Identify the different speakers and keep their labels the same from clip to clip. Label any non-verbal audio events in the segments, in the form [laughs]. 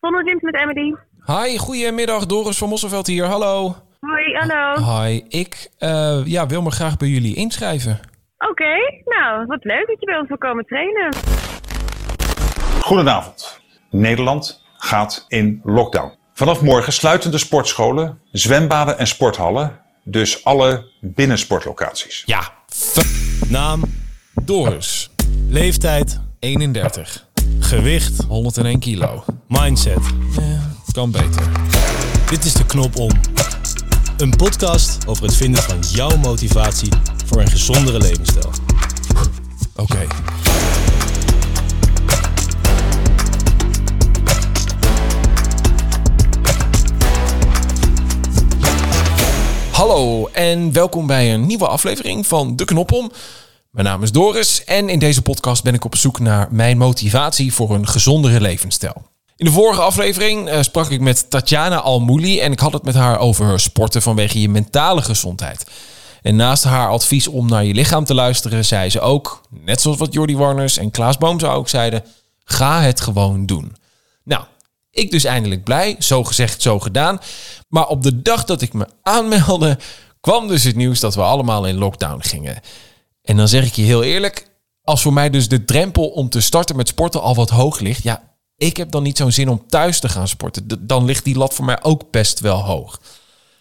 Speaker 1: Zonnezimt met Emily.
Speaker 2: Hi, goedemiddag. Doris van Mosselveld hier. Hallo.
Speaker 1: Hoi, hallo.
Speaker 2: Hi, ik eh, ja, wil me graag bij jullie inschrijven.
Speaker 1: Oké, nou, wat leuk dat je bij ons wil komen trainen.
Speaker 3: Goedenavond. Nederland gaat in lockdown. Vanaf morgen sluiten de sportscholen, zwembaden en sporthallen, dus alle binnensportlocaties.
Speaker 2: Ja.
Speaker 4: Naam,
Speaker 2: Doris,
Speaker 4: leeftijd,
Speaker 2: 31.
Speaker 4: gewicht,
Speaker 2: 101 kilo.
Speaker 4: mindset.
Speaker 2: Kan beter.
Speaker 4: Dit is de knop om. Een podcast over het vinden van jouw motivatie voor een gezondere levensstijl.
Speaker 2: Oké. Hallo en welkom bij een nieuwe aflevering van De Knop Om. Mijn naam is Doris en in deze podcast ben ik op zoek naar mijn motivatie voor een gezondere levensstijl. In de vorige aflevering eh, sprak ik met Tatjana Almouli en ik had het met haar over sporten vanwege je mentale gezondheid. En naast haar advies om naar je lichaam te luisteren, zei ze ook, net zoals wat Jordi Warners en Klaas Boomza ook zeiden, ga het gewoon doen. Nou, ik dus eindelijk blij. Zo gezegd, zo gedaan. Maar op de dag dat ik me aanmeldde, kwam dus het nieuws dat we allemaal in lockdown gingen. En dan zeg ik je heel eerlijk, als voor mij dus de drempel om te starten met sporten al wat hoog ligt, ja, ik heb dan niet zo'n zin om thuis te gaan sporten. D- dan ligt die lat voor mij ook best wel hoog.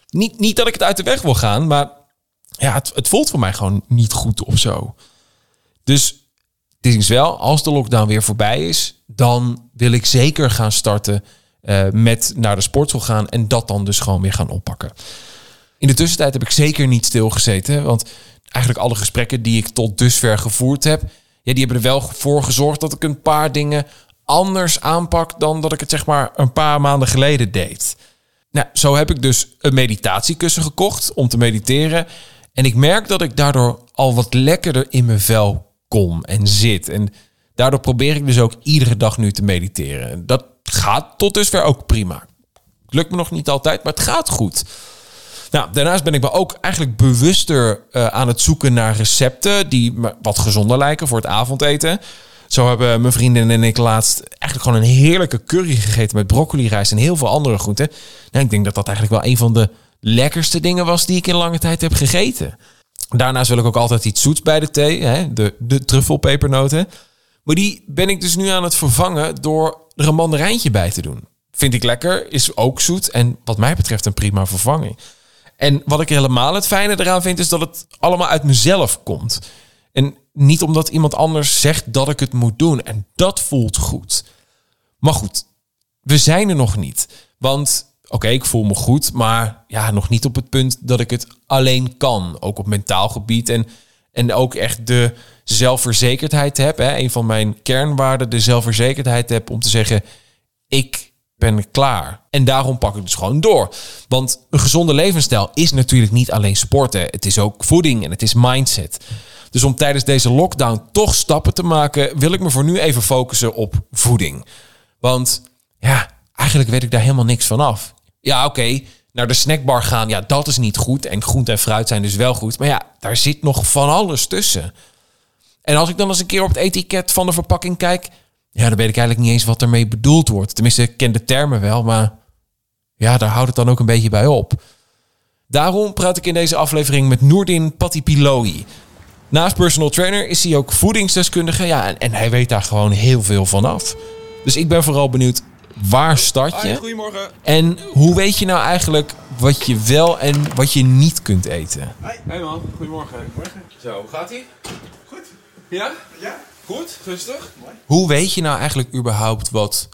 Speaker 2: Niet, niet dat ik het uit de weg wil gaan, maar ja, het, het voelt voor mij gewoon niet goed of zo. Dus het is wel, als de lockdown weer voorbij is, dan wil ik zeker gaan starten eh, met naar de sportschool gaan en dat dan dus gewoon weer gaan oppakken. In de tussentijd heb ik zeker niet stilgezeten, want eigenlijk alle gesprekken die ik tot dusver gevoerd heb, ja, die hebben er wel voor gezorgd dat ik een paar dingen anders aanpak dan dat ik het zeg maar een paar maanden geleden deed. Nou, zo heb ik dus een meditatiekussen gekocht om te mediteren. En ik merk dat ik daardoor al wat lekkerder in mijn vel kom en zit. En daardoor probeer ik dus ook iedere dag nu te mediteren. En Dat gaat tot dusver ook prima. Het lukt me nog niet altijd, maar het gaat goed. Nou, daarnaast ben ik me ook eigenlijk bewuster eh, aan het zoeken naar recepten die me wat gezonder lijken voor het avondeten. Zo hebben mijn vrienden en ik laatst eigenlijk gewoon een heerlijke curry gegeten met broccoli rijst en heel veel andere groenten. Nou, ik denk dat dat eigenlijk wel een van de lekkerste dingen was die ik in lange tijd heb gegeten. Daarnaast wil ik ook altijd iets zoets bij de thee, hè? De, de truffelpepernoten. Maar die ben ik dus nu aan het vervangen door er een mandarijntje bij te doen. Vind ik lekker, is ook zoet en wat mij betreft een prima vervanging. En wat ik helemaal het fijne eraan vind, is dat het allemaal uit mezelf komt. En niet omdat iemand anders zegt dat ik het moet doen. En dat voelt goed. Maar goed, we zijn er nog niet. Want oké, ik voel me goed, maar ja, nog niet op het punt dat ik het alleen kan. Ook op mentaal gebied en, en ook echt de zelfverzekerdheid heb. Hè. Een van mijn kernwaarden, de zelfverzekerdheid heb om te zeggen, ik ben klaar. En daarom pak ik dus gewoon door. Want een gezonde levensstijl is natuurlijk niet alleen sporten. Het is ook voeding en het is mindset. Dus om tijdens deze lockdown toch stappen te maken, wil ik me voor nu even focussen op voeding. Want ja, eigenlijk weet ik daar helemaal niks van af. Ja, oké, naar de snackbar gaan, ja, dat is niet goed. En groente en fruit zijn dus wel goed. Maar ja, daar zit nog van alles tussen. En als ik dan eens een keer op het etiket van de verpakking kijk, ja, dan weet ik eigenlijk niet eens wat ermee bedoeld wordt. Tenminste, ik ken de termen wel, maar ja, daar houdt het dan ook een beetje bij op. Daarom praat ik in deze aflevering met Noordin Patipiloi. Naast personal trainer is hij ook voedingsdeskundige. Ja, en, en hij weet daar gewoon heel veel van af. Dus ik ben vooral benieuwd, waar start je?
Speaker 3: goedemorgen.
Speaker 2: En hoe weet je nou eigenlijk wat je wel en wat je niet kunt eten?
Speaker 3: Hey man, goedemorgen. Goedemorgen.
Speaker 2: Zo, gaat ie?
Speaker 3: Goed.
Speaker 2: Ja?
Speaker 3: Ja.
Speaker 2: Goed, rustig. Hoe weet je nou eigenlijk überhaupt wat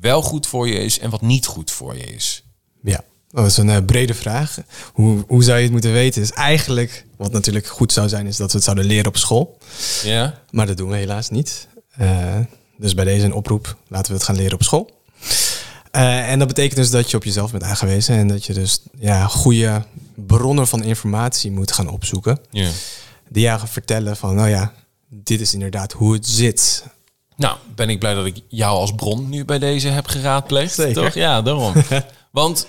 Speaker 2: wel goed voor je is en wat niet goed voor je is?
Speaker 5: Ja, dat is een eh, brede vraag. Hoe, hoe zou je het moeten weten? Is eigenlijk, wat natuurlijk goed zou zijn, is dat we het zouden leren op school.
Speaker 2: Ja?
Speaker 5: Maar dat doen we helaas niet. Eh, dus bij deze een oproep, laten we het gaan leren op school. Eh, en dat betekent dus dat je op jezelf bent aangewezen en dat je dus ja, goede bronnen van informatie moet gaan opzoeken.
Speaker 2: Ja.
Speaker 5: Die jou gaan vertellen van, nou ja, dit is inderdaad hoe het zit.
Speaker 2: Nou, ben ik blij dat ik jou als bron nu bij deze heb geraadpleegd.
Speaker 5: Zeker.
Speaker 2: Toch? Ja, [laughs] daarom. Want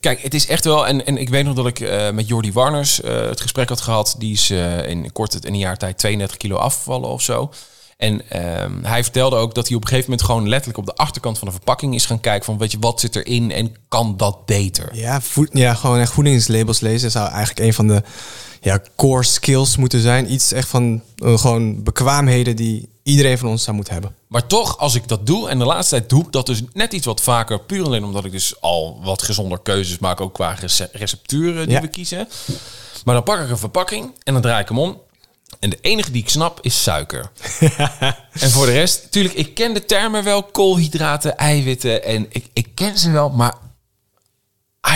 Speaker 2: kijk, het is echt wel. En, en ik weet nog dat ik eh, met Jordi Warners eh, het gesprek had gehad. Die is eh, in, kort, in een jaar tijd 32 kilo afgevallen of zo. En ehm, hij vertelde ook dat hij op een gegeven moment gewoon letterlijk op de achterkant van de verpakking is gaan kijken van weet je wat zit erin en kan dat beter.
Speaker 5: Ja, voed- ja, gewoon echt voedingslabels lezen zou eigenlijk een van de ja, core skills moeten zijn. Iets echt van eh, gewoon bekwaamheden die iedereen van ons zou moeten hebben.
Speaker 2: Maar toch, als ik dat doe en de laatste tijd doe ik dat dus net iets wat vaker, puur alleen omdat ik dus al wat gezonder keuzes maak, ook qua rece- recepturen die
Speaker 5: Ja.
Speaker 2: we kiezen. Maar dan pak ik een verpakking en dan draai ik hem om. En de enige die ik snap is suiker.
Speaker 5: [laughs]
Speaker 2: en voor de rest, tuurlijk, ik ken de termen wel, koolhydraten, eiwitten en ik, ik ken ze wel, maar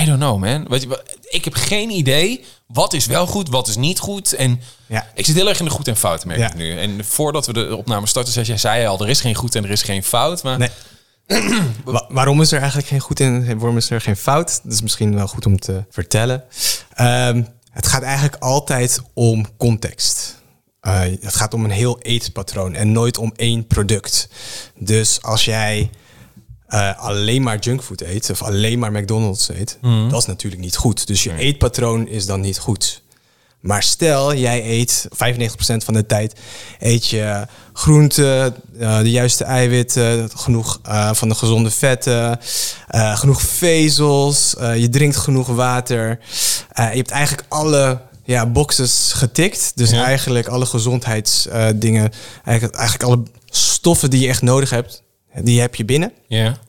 Speaker 2: I don't know man. Weet je, wel, ik heb geen idee wat is wel goed, wat is niet goed en
Speaker 5: Ja.
Speaker 2: ik zit heel erg in de goed en fout merk
Speaker 5: Ja.
Speaker 2: ik nu. Nu. En voordat we de opname starten, zei jij zei al, er is geen goed en er is geen fout. Maar
Speaker 5: Nee. Wa- waarom is er eigenlijk geen goed in? Waarom is er geen fout? Dat is misschien wel goed om te vertellen. Ehm, het gaat eigenlijk altijd om context. Eh, het gaat om een heel eetpatroon en nooit om één product. Dus als jij eh, alleen maar junkfood eet of alleen maar McDonald's eet, dat is natuurlijk niet goed. Dus je eetpatroon is dan niet goed. Maar stel, jij eet 95% van de tijd eet je eh, groente, eh, de juiste eiwitten, genoeg eh, van de gezonde vetten, eh, genoeg vezels, eh, je drinkt genoeg water. Eh, je hebt eigenlijk alle ja, boxes getikt. Dus eigenlijk alle gezondheidsdingen, eigenlijk, eigenlijk alle stoffen die je echt nodig hebt, die heb je binnen.
Speaker 2: ja.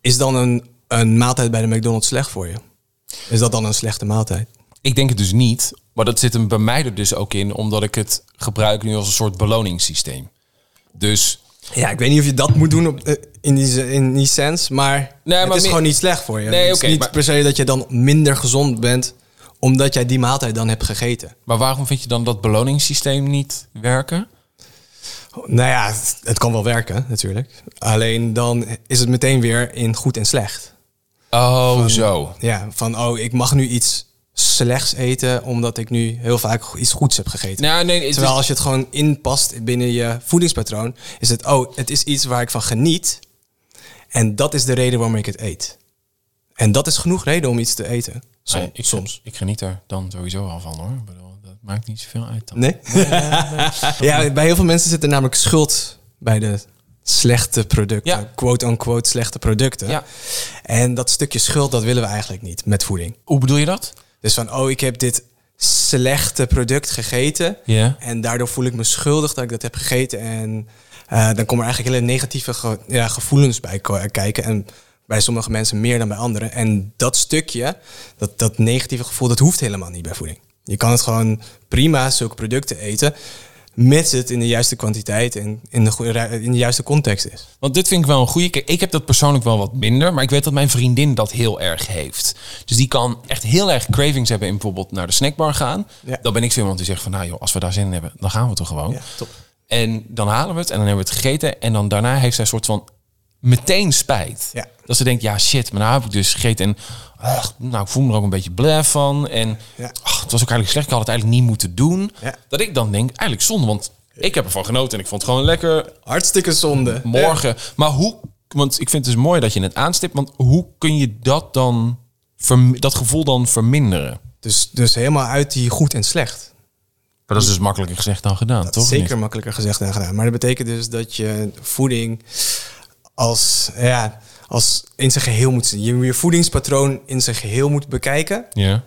Speaker 5: Is dan een, een maaltijd bij de McDonald's slecht voor je? Is dat dan een slechte maaltijd?
Speaker 2: ik denk het dus niet. Maar dat zit hem bij mij er dus ook in, omdat ik het gebruik nu als een soort beloningssysteem. Dus
Speaker 5: Ja, ik weet niet of je dat moet doen op, eh, in, die, z- in die sens, maar
Speaker 2: Nee,
Speaker 5: het
Speaker 2: maar
Speaker 5: is
Speaker 2: meer-
Speaker 5: gewoon niet slecht voor je.
Speaker 2: Nee,
Speaker 5: het is
Speaker 2: oké,
Speaker 5: niet
Speaker 2: maar-
Speaker 5: per se dat je dan minder gezond bent, omdat jij die maaltijd dan hebt gegeten.
Speaker 2: Maar waarom vind je dan dat beloningssysteem niet werken?
Speaker 5: Nou ja, het, het kan wel werken natuurlijk. Alleen dan is het meteen weer in goed en slecht.
Speaker 2: Oh, zo.
Speaker 5: Ja, van oh, ik mag nu iets slechts eten, omdat ik nu heel vaak go- iets goeds heb gegeten.
Speaker 2: Nou, nee, het
Speaker 5: Terwijl
Speaker 2: is-
Speaker 5: als je het gewoon inpast binnen je voedingspatroon, is het oh, het is iets waar ik van geniet. En dat is de reden waarom ik het eet. En dat is genoeg reden om iets te eten. Som-
Speaker 2: Nee, ik,
Speaker 5: soms.
Speaker 2: Ik geniet er dan sowieso al van hoor. Ik bedoel, dat maakt niet zoveel uit dan.
Speaker 5: Nee? [laughs] ja, bij heel veel mensen zit er namelijk schuld bij de slechte producten.
Speaker 2: Ja.
Speaker 5: Quote-unquote slechte producten.
Speaker 2: Ja.
Speaker 5: En dat stukje schuld, dat willen we eigenlijk niet met voeding.
Speaker 2: Hoe bedoel je dat?
Speaker 5: Dus van, oh, ik heb dit slechte product gegeten.
Speaker 2: Ja.
Speaker 5: En daardoor voel ik me schuldig dat ik dat heb gegeten. En eh, dan komen er eigenlijk hele negatieve ge- ja, gevoelens bij ko- kijken. En bij sommige mensen meer dan bij anderen. En dat stukje, dat, dat negatieve gevoel, dat hoeft helemaal niet bij voeding. Je kan het gewoon prima, zulke producten eten. Mits het in de juiste kwantiteit en in de, goe- in de juiste context is.
Speaker 2: Want dit vind ik wel een goede. Kijk, ik heb dat persoonlijk wel wat minder. Maar ik weet dat mijn vriendin dat heel erg heeft. Dus die kan echt heel erg cravings hebben in bijvoorbeeld naar de snackbar gaan.
Speaker 5: Ja.
Speaker 2: Dan ben ik zo iemand die zegt van nou joh, als we daar zin in hebben, dan gaan we toch gewoon.
Speaker 5: Ja, top.
Speaker 2: En dan halen we het en dan hebben we het gegeten. En dan daarna heeft zij een soort van meteen spijt.
Speaker 5: Ja.
Speaker 2: Dat ze denkt, ja shit, maar nou heb ik dus gegeten. En ach, nou, ik voel me er ook een beetje blij van. En
Speaker 5: Ja.
Speaker 2: ach, het was ook eigenlijk slecht. Ik had het eigenlijk niet moeten doen.
Speaker 5: Ja.
Speaker 2: Dat ik dan denk, eigenlijk zonde. Want ik heb ervan genoten en ik vond het gewoon lekker.
Speaker 5: Hartstikke zonde.
Speaker 2: Morgen. Maar hoe, want ik vind het dus mooi dat je het aanstipt. Want hoe kun je dat dan, verm- dat gevoel dan verminderen?
Speaker 5: Dus, dus helemaal uit die goed en slecht.
Speaker 2: Maar dat is dus makkelijker gezegd dan gedaan,
Speaker 5: Dat
Speaker 2: toch?
Speaker 5: is zeker makkelijker gezegd dan gedaan. Maar dat betekent dus dat je voeding als, ja, als in zijn geheel moet zien. Je je voedingspatroon in zijn geheel moet bekijken.
Speaker 2: Ja.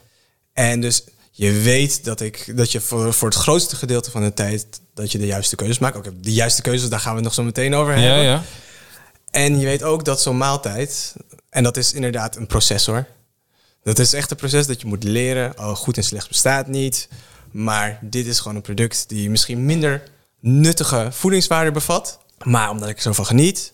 Speaker 5: En dus je weet dat, ik, dat je voor, voor het grootste gedeelte van de tijd dat je de juiste keuzes maakt. Oké, de juiste keuzes, daar gaan we het nog zo meteen over
Speaker 2: Ja,
Speaker 5: hebben.
Speaker 2: ja.
Speaker 5: En je weet ook dat zo'n maaltijd, en dat is inderdaad een proces hoor. Dat is echt een proces dat je moet leren. Oh, goed en slecht bestaat niet. Maar dit is gewoon een product die misschien minder nuttige voedingswaarde bevat. Maar omdat ik er zo van geniet,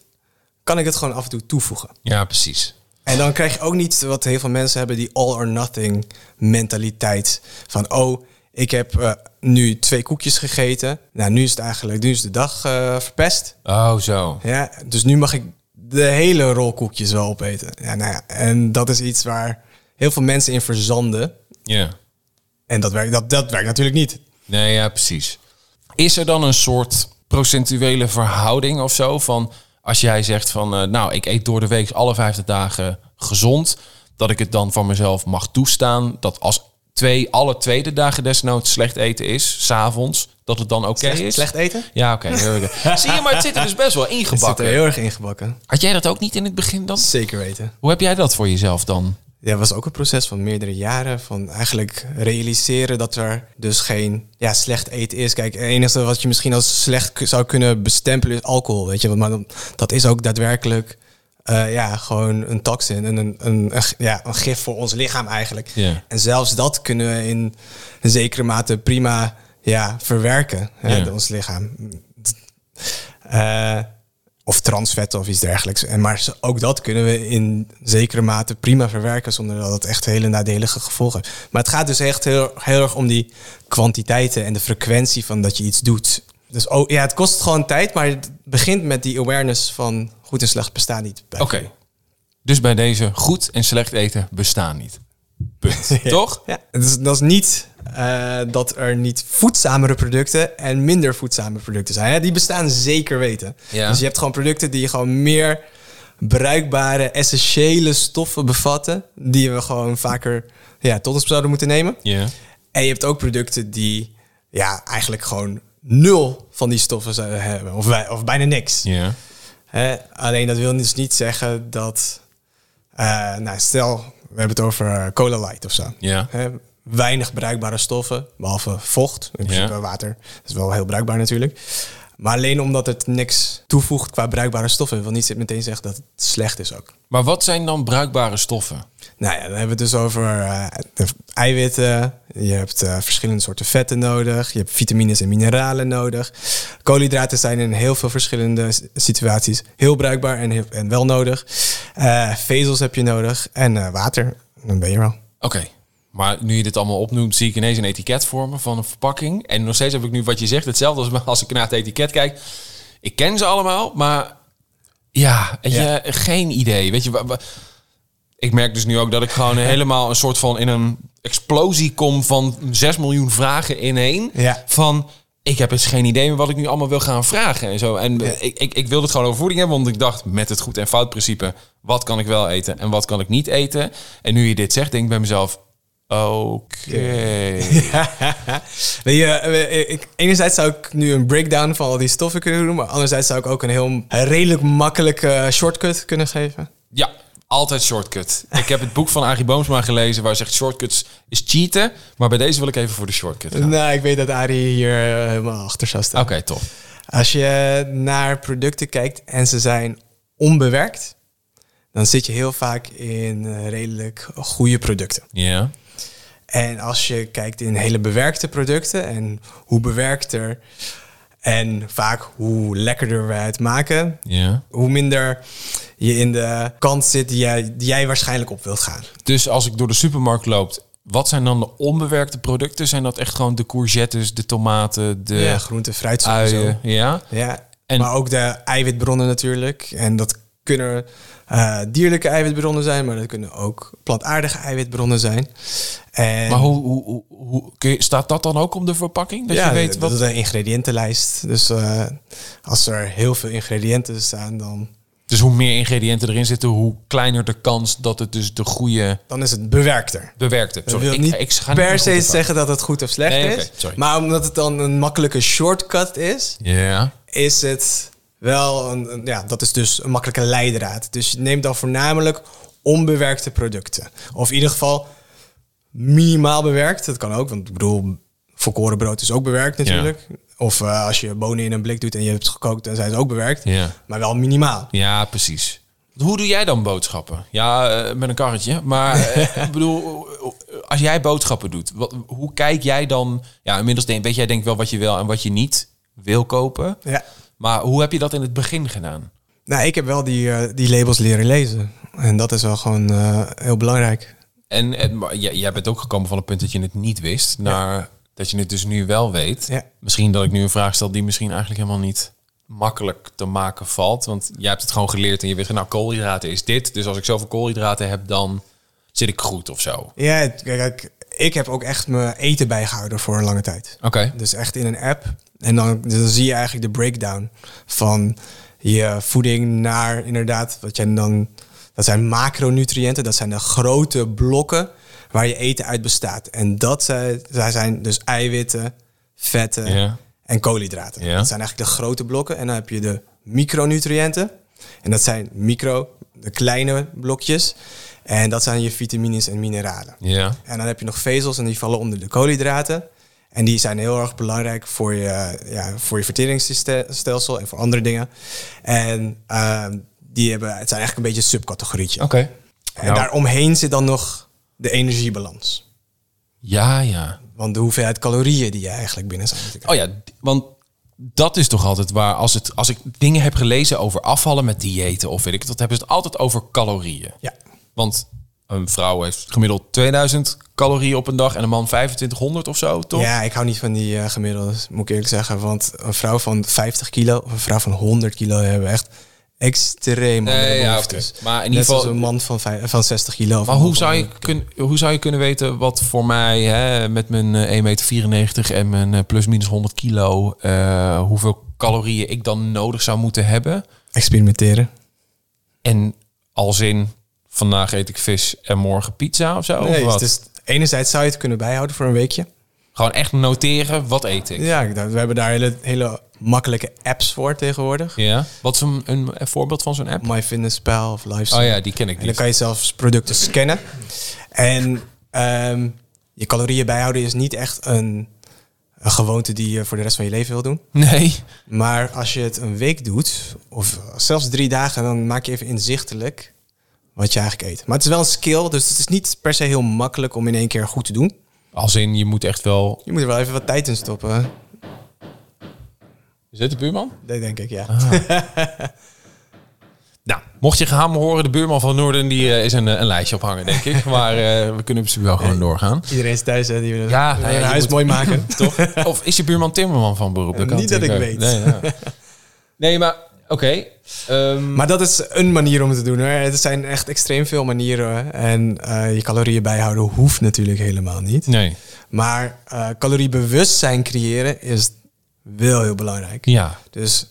Speaker 5: kan ik het gewoon af en toe toevoegen.
Speaker 2: Ja, precies.
Speaker 5: En dan krijg je ook niet wat heel veel mensen hebben, die all or nothing mentaliteit. Van, oh, ik heb eh, nu twee koekjes gegeten. Nou, nu is het eigenlijk, nu is de dag eh, verpest.
Speaker 2: Oh, zo.
Speaker 5: Ja, dus nu mag ik de hele rol koekjes wel opeten. Ja, nou ja, en dat is iets waar heel veel mensen in verzanden.
Speaker 2: Ja.
Speaker 5: En dat werkt, dat, dat werkt natuurlijk niet.
Speaker 2: Nee, ja, precies. Is er dan een soort procentuele verhouding of zo van als jij zegt van eh, nou, ik eet door de week alle vijfde dagen gezond, dat ik het dan van mezelf mag toestaan dat als twee, alle tweede dagen desnoods slecht eten is, s'avonds, dat het dan oké
Speaker 5: Slecht,
Speaker 2: is.
Speaker 5: slecht eten?
Speaker 2: Ja, oké. heel erg.
Speaker 5: [laughs]
Speaker 2: Zie je, maar het zit er dus best wel
Speaker 5: Het zit er
Speaker 2: ingebakken.
Speaker 5: heel erg ingebakken.
Speaker 2: Had jij dat ook niet in het begin dan?
Speaker 5: Zeker weten.
Speaker 2: Hoe heb jij dat voor jezelf dan?
Speaker 5: Ja, het was ook een proces van meerdere jaren. Van eigenlijk realiseren dat er dus geen ja, slecht eten is. Kijk, het enige wat je misschien als slecht ku- zou kunnen bestempelen is alcohol. Weet je? want- Maar dan- dat is ook daadwerkelijk eh, ja, gewoon een toxin. En een, een, een g- ja, een gif voor ons lichaam eigenlijk.
Speaker 2: Ja.
Speaker 5: En zelfs dat kunnen we in een zekere mate prima ja, verwerken. Hè,
Speaker 2: Ja.
Speaker 5: door ons lichaam. Eh, of transvetten of iets dergelijks. En maar zo- ook dat kunnen we in zekere mate prima verwerken zonder dat het echt hele nadelige gevolgen heeft. Maar het gaat dus echt heel, heel erg om die kwantiteiten en de frequentie van dat je iets doet. Dus oh, ja, het kost gewoon tijd, maar het begint met die awareness van goed en slecht bestaan niet.
Speaker 2: Oké. Dus bij deze goed en slecht eten bestaan niet. Punt. Toch?
Speaker 5: Ja, het is, dat is niet eh, dat er niet voedzamere producten en minder voedzame producten zijn. Hè? Die bestaan zeker weten.
Speaker 2: Ja.
Speaker 5: Dus je hebt gewoon producten die gewoon meer bruikbare, essentiële stoffen bevatten. Die we gewoon vaker ja, tot ons zouden moeten nemen.
Speaker 2: Ja.
Speaker 5: En je hebt ook producten die ja, eigenlijk gewoon nul van die stoffen zouden hebben. Of, wij- of bijna niks.
Speaker 2: Ja.
Speaker 5: Hè? Alleen dat wil dus niet zeggen dat... eh, nou, stel, we hebben het over eh, Cola Light of zo.
Speaker 2: Ja.
Speaker 5: Hè? Weinig bruikbare stoffen, behalve vocht. In principe
Speaker 2: Ja.
Speaker 5: water. Dat is wel heel bruikbaar natuurlijk. Maar alleen omdat het niks toevoegt qua bruikbare stoffen... wil niet meteen zeggen dat het slecht is ook.
Speaker 2: Maar wat zijn dan bruikbare stoffen?
Speaker 5: Nou ja, dan hebben we het dus over eh, de eiwitten. Je hebt eh, verschillende soorten vetten nodig. Je hebt vitamines en mineralen nodig. Koolhydraten zijn in heel veel verschillende s- situaties heel bruikbaar en, heel- en wel nodig. Eh, vezels heb je nodig en eh, water. Dan ben je wel. [laughs]
Speaker 2: Oké. Maar nu je dit allemaal opnoemt, zie ik ineens een etiket vormen van een verpakking. En nog steeds heb ik nu wat je zegt, hetzelfde als als ik naar het etiket kijk. Ik ken ze allemaal, maar ja, en
Speaker 5: Ja.
Speaker 2: Je, geen idee. Weet je, wa- wa- ik merk dus nu ook dat ik
Speaker 5: [laughs]
Speaker 2: gewoon helemaal een soort van in een explosie kom van 6 miljoen vragen in één.
Speaker 5: Ja.
Speaker 2: Van ik heb eens geen idee meer wat ik nu allemaal wil gaan vragen en zo. En
Speaker 5: Ja.
Speaker 2: ik, ik, ik wilde het gewoon over voeding hebben, want ik dacht met het goed en fout principe: wat kan ik wel eten en wat kan ik niet eten? En nu je dit zegt, denk ik bij mezelf: oké.
Speaker 5: Weet je, eh, ik- enerzijds zou ik nu een breakdown van al die stoffen kunnen doen. Maar anderzijds zou ik ook een heel een redelijk makkelijke shortcut kunnen geven.
Speaker 2: Ja, altijd shortcut. Ik heb het boek van Arie Boomsma gelezen waar zegt shortcuts is cheaten. Maar bij deze wil ik even voor de shortcut gaan.
Speaker 5: Nou, ik weet dat Arie hier eh, helemaal achter zou staan.
Speaker 2: Oké, top.
Speaker 5: Als je naar producten kijkt en ze zijn onbewerkt, dan zit je heel vaak in eh, redelijk goede producten.
Speaker 2: Ja.
Speaker 5: En als je kijkt in hele bewerkte producten en hoe bewerkter en vaak hoe lekkerder we het maken,
Speaker 2: Ja.
Speaker 5: hoe minder je in de kant zit die jij, die jij waarschijnlijk op wilt gaan.
Speaker 2: Dus als ik door de supermarkt loop, wat zijn dan de onbewerkte producten? Zijn dat echt gewoon de courgettes, de tomaten, de
Speaker 5: Ja, groente, fruit sowieso.
Speaker 2: uien? Ja.
Speaker 5: Ja,
Speaker 2: En-
Speaker 5: maar ook de eiwitbronnen natuurlijk. En dat kunnen eh, dierlijke eiwitbronnen zijn, maar dat kunnen ook plantaardige eiwitbronnen zijn. En
Speaker 2: Maar hoe, hoe, hoe, hoe- kun je- staat dat dan ook op de verpakking? Dat
Speaker 5: ja,
Speaker 2: je weet wat...
Speaker 5: dat is een ingrediëntenlijst. Dus eh, als er heel veel ingrediënten staan, dan,
Speaker 2: Dus hoe meer ingrediënten erin zitten, hoe kleiner de kans dat het dus de goede
Speaker 5: dan is het bewerkter.
Speaker 2: bewerkte.
Speaker 5: Dat
Speaker 2: Sorry,
Speaker 5: wil
Speaker 2: ik,
Speaker 5: niet
Speaker 2: ik ga niet
Speaker 5: per
Speaker 2: meer
Speaker 5: se
Speaker 2: goed op-
Speaker 5: zeggen dat het goed of slecht
Speaker 2: Nee, oké,
Speaker 5: is.
Speaker 2: sorry.
Speaker 5: Maar omdat het dan een makkelijke shortcut is,
Speaker 2: Ja.
Speaker 5: is het wel een, een- ja, dat is dus een makkelijke leidraad. Dus je neemt dan voornamelijk onbewerkte producten. Of in ieder geval minimaal bewerkt. Dat kan ook, want ik bedoel, volkoren brood is ook bewerkt natuurlijk. Of eh, als je bonen in een blik doet en je hebt het gekookt, dan zijn ze ook bewerkt.
Speaker 2: Ja.
Speaker 5: Maar wel minimaal.
Speaker 2: Ja, precies. Hoe doe jij dan boodschappen? Ja, eh, met een karretje. Maar
Speaker 5: [laughs]
Speaker 2: eh, ik bedoel, als jij boodschappen doet, wat, hoe kijk jij dan? Ja, inmiddels denk, weet jij denk wel wat je wel en wat je niet wil kopen.
Speaker 5: Ja.
Speaker 2: Maar hoe heb je dat in het begin gedaan?
Speaker 5: Nou, ik heb wel die, eh, die labels leren lezen. En dat is wel gewoon eh, heel belangrijk.
Speaker 2: En, en maar jij, jij bent ook gekomen van het punt dat je het niet wist, naar dat je het dus nu wel weet.
Speaker 5: Ja.
Speaker 2: Misschien dat ik nu een vraag stel die misschien eigenlijk helemaal niet makkelijk te maken valt. Want jij hebt het gewoon geleerd en je weet, nou, koolhydraten is dit. Dus als ik zoveel koolhydraten heb, dan zit ik goed of zo. Oké.
Speaker 5: Ja, het- kijk, ik heb ook echt mijn eten bijgehouden voor een lange tijd. Dus echt in een app. En dan, dan zie je eigenlijk de breakdown van je voeding naar inderdaad, wat jij dan. Dat zijn macronutriënten, dat zijn de grote blokken waar je eten uit bestaat. En dat zijn, daar zijn dus eiwitten, vetten
Speaker 2: Ja.
Speaker 5: en koolhydraten.
Speaker 2: Ja.
Speaker 5: Dat zijn eigenlijk de grote blokken. En dan heb je de micronutriënten. En dat zijn micro, de kleine blokjes. En dat zijn je vitamines en mineralen.
Speaker 2: Ja.
Speaker 5: En dan heb je nog vezels en die vallen onder de koolhydraten. En die zijn heel erg belangrijk voor je, ja, voor je verteringsstelsel en voor andere dingen. En ehm, die hebben, het zijn eigenlijk een beetje een subcategorietje. En
Speaker 2: Nou,
Speaker 5: daaromheen zit dan nog de energiebalans.
Speaker 2: Ja, ja.
Speaker 5: Want de hoeveelheid calorieën die je eigenlijk binnen zou moeten krijgen.
Speaker 2: Oh ja, d- want dat is toch altijd waar. Als, het, als ik dingen heb gelezen over afvallen met diëten of weet ik het, dat hebben ze het altijd over calorieën.
Speaker 5: Ja.
Speaker 2: Want een vrouw heeft gemiddeld 2000 calorieën op een dag en een man 2500 of zo, toch?
Speaker 5: Ja, ik hou niet van die eh gemiddelde, moet ik eerlijk zeggen. Want een vrouw van 50 kilo of een vrouw van 100 kilo hebben echt extreem andere
Speaker 2: Nee, ja,
Speaker 5: behoeftes.
Speaker 2: oké. Maar in ieder
Speaker 5: Net
Speaker 2: geval-
Speaker 5: zoals een man van, vij- van 60 kilo. of
Speaker 2: Maar
Speaker 5: een
Speaker 2: hoe
Speaker 5: man
Speaker 2: zou,
Speaker 5: van
Speaker 2: je kun, hoe zou je kunnen weten wat voor mij hè, met mijn eh, 1,94 meter en mijn eh, plus-minus 100 kilo, eh, hoeveel calorieën ik dan nodig zou moeten hebben?
Speaker 5: Experimenteren.
Speaker 2: En als in vandaag eet ik vis en morgen pizza of zo?
Speaker 5: Nee,
Speaker 2: of wat?
Speaker 5: dus enerzijds zou je het kunnen bijhouden voor een weekje.
Speaker 2: Gewoon echt noteren, wat eet ik? Ja.
Speaker 5: Ja, ik dacht, we hebben daar hele, hele makkelijke apps voor tegenwoordig.
Speaker 2: Wat is een, een, een voorbeeld van zo'n app?
Speaker 5: MyFitnessPal of Lifestyle.
Speaker 2: Oh ja, die ken ik
Speaker 5: En dan
Speaker 2: niet.
Speaker 5: kan je zelfs producten scannen. En ehm, je calorieën bijhouden is niet echt een, een gewoonte die je voor de rest van je leven wil doen.
Speaker 2: Nee.
Speaker 5: Maar als je het een week doet, of zelfs drie dagen, dan maak je even inzichtelijk wat je eigenlijk eet. Maar het is wel een skill, dus het is niet per se heel makkelijk om in één keer goed te doen.
Speaker 2: Als in, je moet echt wel...
Speaker 5: Je moet er wel even wat tijd in stoppen.
Speaker 2: Is dit de buurman?
Speaker 5: Dat denk ik, ja.
Speaker 2: Ah. Nou, mocht je gehamer horen, de buurman van Noorden, die eh, is een, eh, een lijstje ophangen, denk ik. Maar eh, we kunnen misschien wel gewoon doorgaan.
Speaker 5: [laughs] Iedereen is thuis, hè? Die willen
Speaker 2: Ja,
Speaker 5: hun
Speaker 2: nou ja, je
Speaker 5: huis
Speaker 2: moet-
Speaker 5: mooi
Speaker 2: [laughs]
Speaker 5: maken.
Speaker 2: Toch?
Speaker 5: [laughs]
Speaker 2: Of is je buurman Timmerman van beroep? kan
Speaker 5: Niet dat
Speaker 2: natuurlijk
Speaker 5: ik
Speaker 2: ook.
Speaker 5: weet.
Speaker 2: Nee,
Speaker 5: [laughs]
Speaker 2: ja. Nee, maar oké. Ehm,
Speaker 5: Maar dat is een manier om het te doen. Hoor. Er zijn echt extreem veel manieren. En eh, je calorieën bijhouden hoeft natuurlijk helemaal niet.
Speaker 2: nee.
Speaker 5: Maar eh, caloriebewustzijn creëren is wel heel belangrijk.
Speaker 2: Ja.
Speaker 5: Dus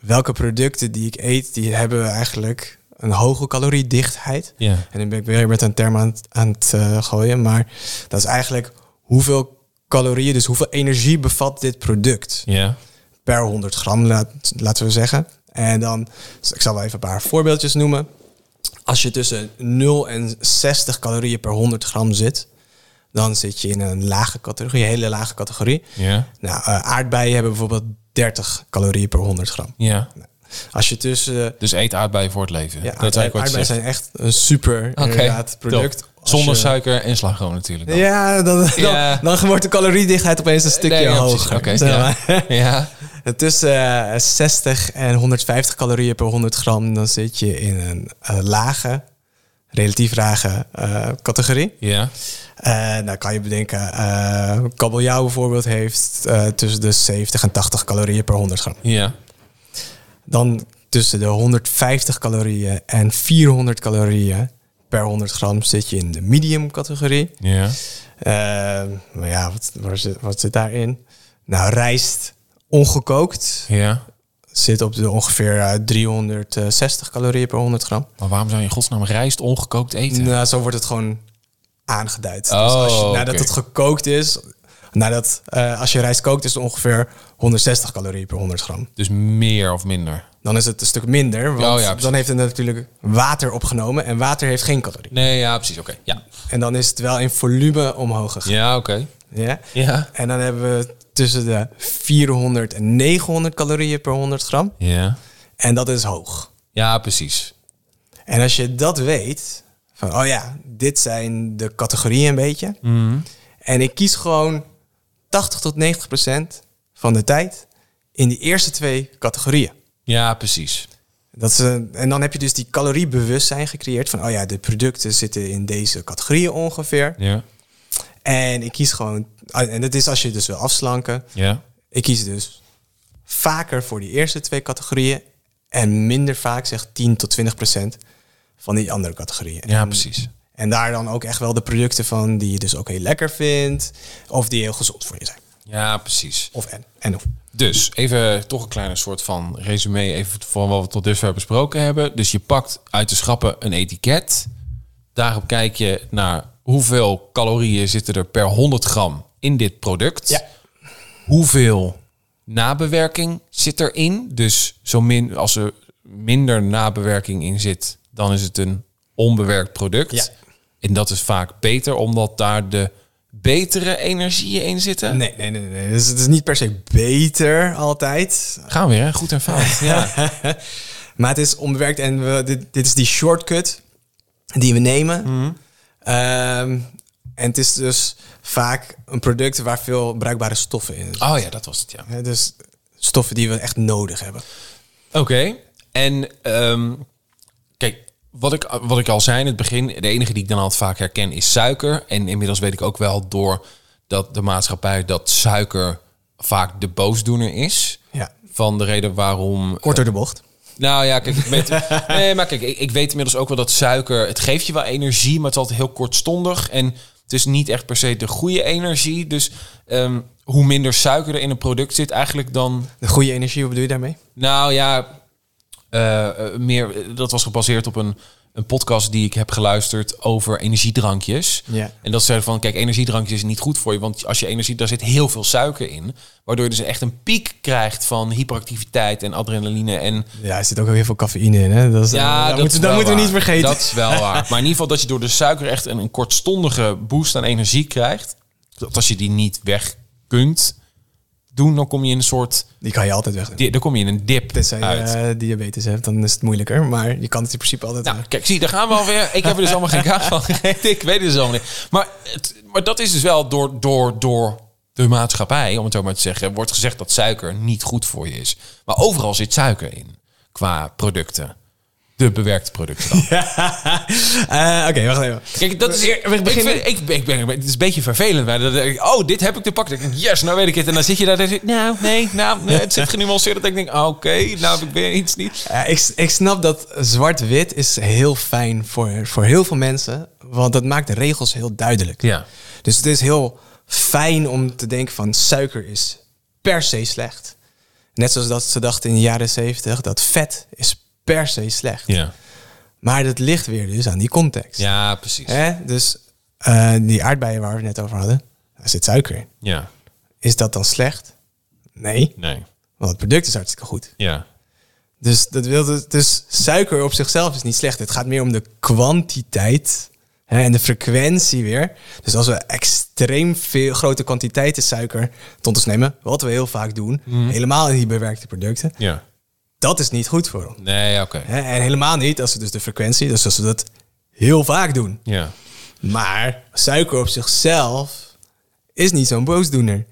Speaker 5: welke producten die ik eet, die hebben eigenlijk een hoge caloriedichtheid.
Speaker 2: Ja.
Speaker 5: En dan ben ik weer met een term aan, het- aan het eh, gooien. Maar dat is eigenlijk hoeveel calorieën, dus hoeveel energie bevat dit product
Speaker 2: Ja.
Speaker 5: per 100 gram, laat- laten we zeggen. En dan, ik zal wel even een paar voorbeeldjes noemen. Als je tussen 0 en 60 calorieën per 100 gram zit, dan zit je in een lage categorie, een hele lage categorie.
Speaker 2: Ja.
Speaker 5: Nou, eh, aardbeien hebben bijvoorbeeld 30 calorieën per 100 gram.
Speaker 2: Ja.
Speaker 5: Als je tussen. eh,
Speaker 2: Dus eet aardbeien voor het leven.
Speaker 5: ja,
Speaker 2: dat is eigenlijk wat je
Speaker 5: aardbeien
Speaker 2: zegt.
Speaker 5: zijn echt een super
Speaker 2: Oké,
Speaker 5: inderdaad, product.
Speaker 2: top.
Speaker 5: Als
Speaker 2: Zonder
Speaker 5: je-
Speaker 2: suiker en slagroom natuurlijk. dan.
Speaker 5: Ja, dan, dan,
Speaker 2: Ja.
Speaker 5: dan wordt de caloriedichtheid opeens een stukje
Speaker 2: Nee, ja, precies.
Speaker 5: hoger.
Speaker 2: Oké,
Speaker 5: zeg
Speaker 2: ja.
Speaker 5: maar.
Speaker 2: [laughs] Ja.
Speaker 5: Tussen eh, 60 en 150 calorieën per 100 gram, dan zit je in een eh, lage, relatief lage eh, categorie.
Speaker 2: Ja.
Speaker 5: Eh dan kan je bedenken, eh kabeljauw bijvoorbeeld heeft eh, tussen de 70 en 80 calorieën per 100 gram.
Speaker 2: Ja.
Speaker 5: Dan tussen de 150 calorieën en 400 calorieën per 100 gram zit je in de medium categorie.
Speaker 2: Ja.
Speaker 5: Eh, maar ja, wat, waar zit, wat zit daarin? Nou, rijst ongekookt
Speaker 2: Ja.
Speaker 5: zit op de ongeveer eh, 360 calorieën per 100 gram.
Speaker 2: Maar waarom zou je in godsnaam rijst ongekookt eten?
Speaker 5: Nou, zo wordt het gewoon aangeduid.
Speaker 2: Oh,
Speaker 5: dus als je, nadat
Speaker 2: oké.
Speaker 5: het gekookt is, nadat, eh, als je rijst kookt, is het ongeveer 160 calorieën per 100 gram.
Speaker 2: Dus meer of minder?
Speaker 5: Dan is het een stuk minder, want
Speaker 2: Oh, ja, precies.
Speaker 5: dan heeft het natuurlijk water opgenomen en water heeft geen calorieën.
Speaker 2: Nee, ja, precies. Oké. Ja.
Speaker 5: En dan is het wel in volume omhoog gegaan.
Speaker 2: Ja, oké.
Speaker 5: Ja?
Speaker 2: Ja.
Speaker 5: En dan hebben we tussen de 400 en 900 calorieën per 100 gram.
Speaker 2: Ja.
Speaker 5: En dat is hoog.
Speaker 2: Ja, precies.
Speaker 5: En als je dat weet, van oh ja, dit zijn de categorieën een beetje.
Speaker 2: Mhm.
Speaker 5: En ik kies gewoon 80 tot 90 procent van de tijd in die eerste twee categorieën.
Speaker 2: Ja, precies.
Speaker 5: Dat is een- en dan heb je dus die caloriebewustzijn gecreëerd van oh ja, de producten zitten in deze categorieën ongeveer.
Speaker 2: Ja.
Speaker 5: En ik kies gewoon, en dat is als je dus wil afslanken.
Speaker 2: Ja.
Speaker 5: Ik kies dus vaker voor die eerste twee categorieën en minder vaak, zeg 10 tot 20 procent van die andere categorieën.
Speaker 2: Ja,
Speaker 5: En-
Speaker 2: precies.
Speaker 5: En daar dan ook echt wel de producten van die je dus ook heel lekker vindt. Of die heel gezond voor je zijn.
Speaker 2: Ja, precies.
Speaker 5: Of en. En of.
Speaker 2: Dus even toch een kleine soort van resume even van wat we tot dusver besproken hebben. Dus je pakt uit de schappen een etiket. Daarop kijk je naar hoeveel calorieën zitten er per 100 gram in dit product.
Speaker 5: Ja.
Speaker 2: Hoeveel Nabewerking zit erin. Dus zo min, als er minder nabewerking in zit, dan is het een onbewerkt product.
Speaker 5: Ja.
Speaker 2: En dat is vaak beter, omdat daar de betere energieën in zitten.
Speaker 5: Nee, nee, nee. nee. Dus het is niet per se beter altijd. [laughs]
Speaker 2: Gaan we weer, hè? goed en fout. ja.
Speaker 5: Maar het is onbewerkt en we, dit, dit is die shortcut die we nemen. Ehm, en het is dus vaak een product waar veel bruikbare stoffen in zitten.
Speaker 2: Oh ja, dat was het, ja.
Speaker 5: Hè, Dus stoffen die we echt nodig hebben.
Speaker 2: Oké. En ehm, kijk, wat ik, wat ik al zei in het begin, de enige die ik dan altijd vaak herken is suiker. En inmiddels weet ik ook wel door dat de maatschappij dat suiker vaak de boosdoener is.
Speaker 5: Ja.
Speaker 2: Van de reden waarom.
Speaker 5: Kort door de bocht.
Speaker 2: Nou ja, kijk, ik weet, nee, maar kijk, ik, ik weet inmiddels ook wel dat suiker, het geeft je wel energie, maar het is altijd heel kortstondig. En het is niet echt per se de goede energie. Dus ehm, hoe minder suiker er in een product zit, eigenlijk dan
Speaker 5: De goede energie, wat bedoel je daarmee?
Speaker 2: nou ja, eh, eh, meer, dat was gebaseerd op een, een podcast die ik heb geluisterd over energiedrankjes.
Speaker 5: Ja.
Speaker 2: En dat zeiden van, kijk, energiedrankjes is niet goed voor je, want als je energie, daar zit heel veel suiker in. Waardoor je dus echt een piek krijgt van hyperactiviteit en adrenaline en...
Speaker 5: Ja, er zit ook heel veel cafeïne in. Hè? Dat is, ja, dat
Speaker 2: is
Speaker 5: moeten, we-
Speaker 2: wel
Speaker 5: dat moeten we
Speaker 2: waar.
Speaker 5: niet vergeten.
Speaker 2: Dat is
Speaker 5: [laughs]
Speaker 2: wel waar. Maar in ieder geval dat je door de suiker echt een, een kortstondige boost aan energie krijgt. Dat als je die niet weg kunt doen, dan kom je in een soort...
Speaker 5: Die kan je altijd weg.
Speaker 2: di- Dan kom je in een dip
Speaker 5: Tenzij je
Speaker 2: uit.
Speaker 5: eh, diabetes hebt, dan is het moeilijker. Maar je kan het in principe altijd...
Speaker 2: Nou, kijk, zie, daar gaan we alweer. Ik heb er dus allemaal geen kaart van gegeten. Ik weet het dus allemaal niet. Maar, het, maar dat is dus wel door, door, door de maatschappij, om het zo maar te zeggen, wordt gezegd dat suiker niet goed voor je is. Maar overal zit suiker in, qua producten. De bewerkte producten
Speaker 5: [laughs]
Speaker 2: dan.
Speaker 5: Eh, Oké, wacht even.
Speaker 2: Kijk, dat is... Ik,
Speaker 5: we beginnen-
Speaker 2: vind- ik, ik ben, het is een beetje vervelend. Maar dat, ik, oh, dit heb ik te pakken. Dan denk ik, yes, nou weet ik het. En dan zit je daar en denk ik, nou, nee, nou, nee, het zit genuanceerd. Dat ik denk, oké, nou heb ik weer iets niet.
Speaker 5: Ja, Eh, ik, ik snap dat zwart-wit is heel fijn voor, voor heel veel mensen. Want dat maakt de regels heel duidelijk.
Speaker 2: Ja.
Speaker 5: Dus het is heel fijn om te denken van suiker is per se slecht. Net zoals dat ze dachten in de jaren zeventig, dat vet is per se slecht.
Speaker 2: Ja,
Speaker 5: Maar dat ligt weer dus aan die context.
Speaker 2: ja precies.
Speaker 5: Hè? Dus eh, die aardbeien waar we het net over hadden, daar zit suiker in.
Speaker 2: Ja,
Speaker 5: Is dat dan slecht? Nee,
Speaker 2: nee,
Speaker 5: want het product is hartstikke goed.
Speaker 2: ja.
Speaker 5: Dus, dat wil dus, dus suiker op zichzelf is niet slecht. Het gaat meer om de kwantiteit hè, en de frequentie weer. Dus als we extreem veel grote kwantiteiten suiker tot ons nemen, wat we heel vaak doen, helemaal in die bewerkte producten,
Speaker 2: Ja.
Speaker 5: dat is niet goed voor ons.
Speaker 2: Nee, oké.
Speaker 5: Hè, en helemaal niet als we dus de frequentie, dus als we dat heel vaak doen.
Speaker 2: Ja.
Speaker 5: Maar suiker op zichzelf is niet zo'n boosdoener.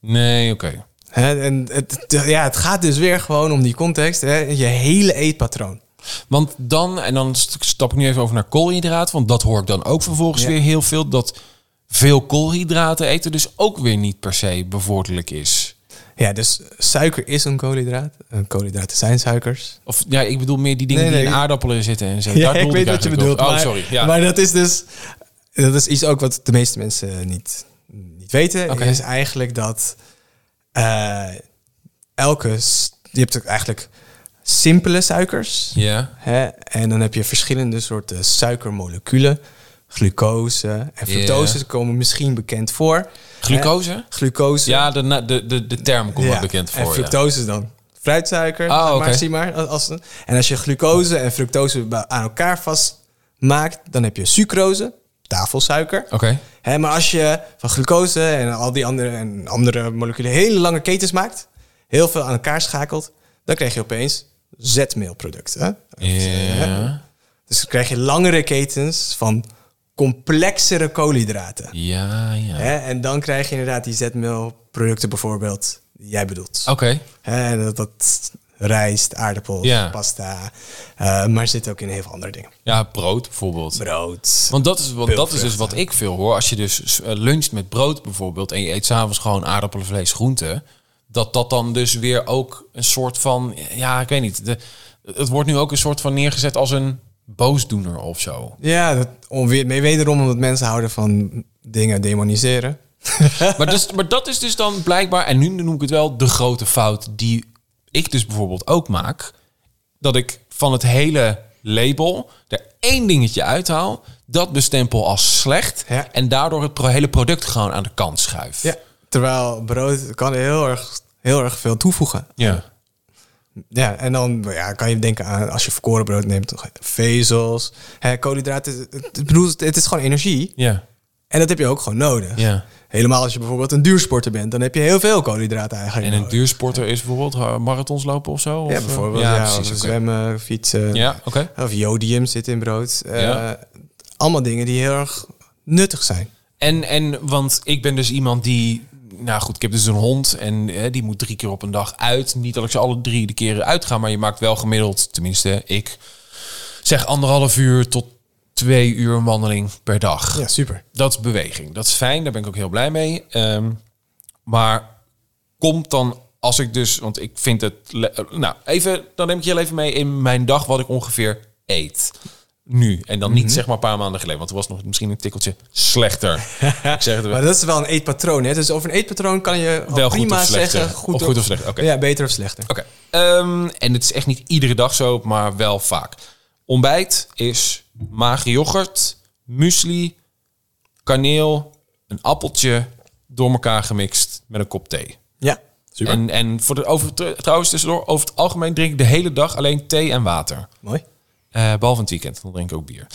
Speaker 2: Nee, oké.
Speaker 5: Hè, en het, het- ja, het gaat dus weer gewoon om die context, hè, je hele eetpatroon.
Speaker 2: Want dan, en dan st- stap ik nu even over naar koolhydraten, want dat hoor ik dan ook vervolgens
Speaker 5: Ja.
Speaker 2: weer heel veel, dat veel koolhydraten eten dus ook weer niet per se bevorderlijk is.
Speaker 5: Ja, dus suiker is een koolhydraat. En koolhydraten zijn suikers.
Speaker 2: Of ja, ik bedoel meer die dingen
Speaker 5: Nee,
Speaker 2: die
Speaker 5: nee.
Speaker 2: in aardappelen zitten en zo. Daar
Speaker 5: ik
Speaker 2: doelde
Speaker 5: weet wat je
Speaker 2: eigenlijk
Speaker 5: bedoelt.
Speaker 2: op. Oh,
Speaker 5: maar,
Speaker 2: sorry. Ja.
Speaker 5: maar dat is dus... Dat is iets ook wat de meeste mensen niet, niet weten.
Speaker 2: Oké.
Speaker 5: Is eigenlijk dat eh, elke... s- Je hebt eigenlijk simpele suikers.
Speaker 2: ja.
Speaker 5: Hè? En dan heb je verschillende soorten suikermoleculen. Glucose en fructose
Speaker 2: Ja.
Speaker 5: komen misschien bekend voor.
Speaker 2: Glucose?
Speaker 5: Hè? Glucose.
Speaker 2: Ja, de, na- de, de, de term komt wel
Speaker 5: Ja,
Speaker 2: bekend
Speaker 5: En
Speaker 2: voor. ja.
Speaker 5: fructose is dan fruitsuiker.
Speaker 2: Ah,
Speaker 5: zeg
Speaker 2: oké.
Speaker 5: maar, zie maar. als- Als, en als je glucose en fructose bij- aan elkaar vastmaakt, dan heb je sucrose, tafelsuiker.
Speaker 2: Oké.
Speaker 5: Hè, maar als je van glucose en al die andere, en andere moleculen hele lange ketens maakt, heel veel aan elkaar schakelt, dan krijg je opeens zetmeelproducten.
Speaker 2: Ja.
Speaker 5: Dus dan krijg je langere ketens van complexere koolhydraten.
Speaker 2: Ja, ja. Oké.
Speaker 5: Hè, en dan krijg je inderdaad die zetmeelproducten bijvoorbeeld die jij bedoelt.
Speaker 2: Oh.
Speaker 5: Hè, dat, dat rijst, aardappels,
Speaker 2: Ja.
Speaker 5: pasta. eh, maar zit ook in heel veel andere dingen.
Speaker 2: Ja, brood bijvoorbeeld.
Speaker 5: Brood.
Speaker 2: Want dat is, want dat is dus
Speaker 5: Pulvruchten.
Speaker 2: wat ik veel hoor. Als je dus eh, luncht met brood bijvoorbeeld en je eet s'avonds gewoon aardappelen, vlees, groenten. Dat dat dan dus weer ook een soort van, ja, ik weet niet. De, het wordt nu ook een soort van neergezet als een boosdoener of zo.
Speaker 5: Ja, dat, om, weer- mee- wederom omdat mensen houden van dingen demoniseren.
Speaker 2: Maar, dus, maar dat is dus dan blijkbaar, en nu noem ik het wel, de grote fout die ik dus bijvoorbeeld ook maak. Dat ik van het hele label er één dingetje uithaal, dat bestempel als slecht.
Speaker 5: Ja.
Speaker 2: En daardoor het pro- hele product gewoon aan de kant schuif.
Speaker 5: Ja. Terwijl brood kan heel erg heel erg veel toevoegen.
Speaker 2: Ja.
Speaker 5: Ja, en dan ja, kan je denken aan als je verkoren brood neemt, toch vezels, hè, koolhydraten. Het- het- Ik bedoel, het is gewoon energie.
Speaker 2: Ja.
Speaker 5: En dat heb je ook gewoon nodig.
Speaker 2: Ja.
Speaker 5: Helemaal als je bijvoorbeeld een duursporter bent, dan heb je heel veel koolhydraten eigenlijk.
Speaker 2: En een
Speaker 5: nodig.
Speaker 2: duursporter is bijvoorbeeld eh, marathons lopen of zo? Of,
Speaker 5: Ja,
Speaker 2: eh,
Speaker 5: bijvoorbeeld. Ja,
Speaker 2: Ja, precies. oké.
Speaker 5: of Zwemmen, fietsen.
Speaker 2: Ja, oké.
Speaker 5: Of jodium zit in brood. Eh,
Speaker 2: Ja.
Speaker 5: Allemaal dingen die heel erg nuttig zijn.
Speaker 2: En, en, want ik ben dus iemand die... Nou goed, ik heb dus een hond en hè, die moet drie keer op een dag uit. Niet dat ik ze alle drie de keren uitga, maar je maakt wel gemiddeld, tenminste ik, zeg anderhalf uur tot twee uur wandeling per dag.
Speaker 5: Ja, super.
Speaker 2: Dat is beweging. Dat is fijn, daar ben ik ook heel blij mee. Ehm, maar komt dan als ik dus, want ik vind het, le- eh, nou even, dan neem ik je heel even mee in mijn dag wat ik ongeveer eet. Nu. En dan niet zeg maar een paar maanden geleden, want er was nog misschien een tikkeltje slechter. ik zeg het wel.
Speaker 5: Maar dat is wel een eetpatroon. Hè? Dus over een eetpatroon kan je al
Speaker 2: Wel goed
Speaker 5: prima
Speaker 2: of slechter.
Speaker 5: zeggen...
Speaker 2: Of goed of slechter, oké.
Speaker 5: Ja, beter of slechter.
Speaker 2: Oké. Ehm, en het is echt niet iedere dag zo, maar wel vaak. Ontbijt is mager yoghurt, muesli, kaneel, een appeltje door elkaar gemixt met een kop thee.
Speaker 5: Ja, super.
Speaker 2: En, en voor de, over, trouwens, tussendoor, over het algemeen drink ik de hele dag alleen thee en water.
Speaker 5: Mooi.
Speaker 2: Eh, behalve in het weekend, dan drink ik ook bier.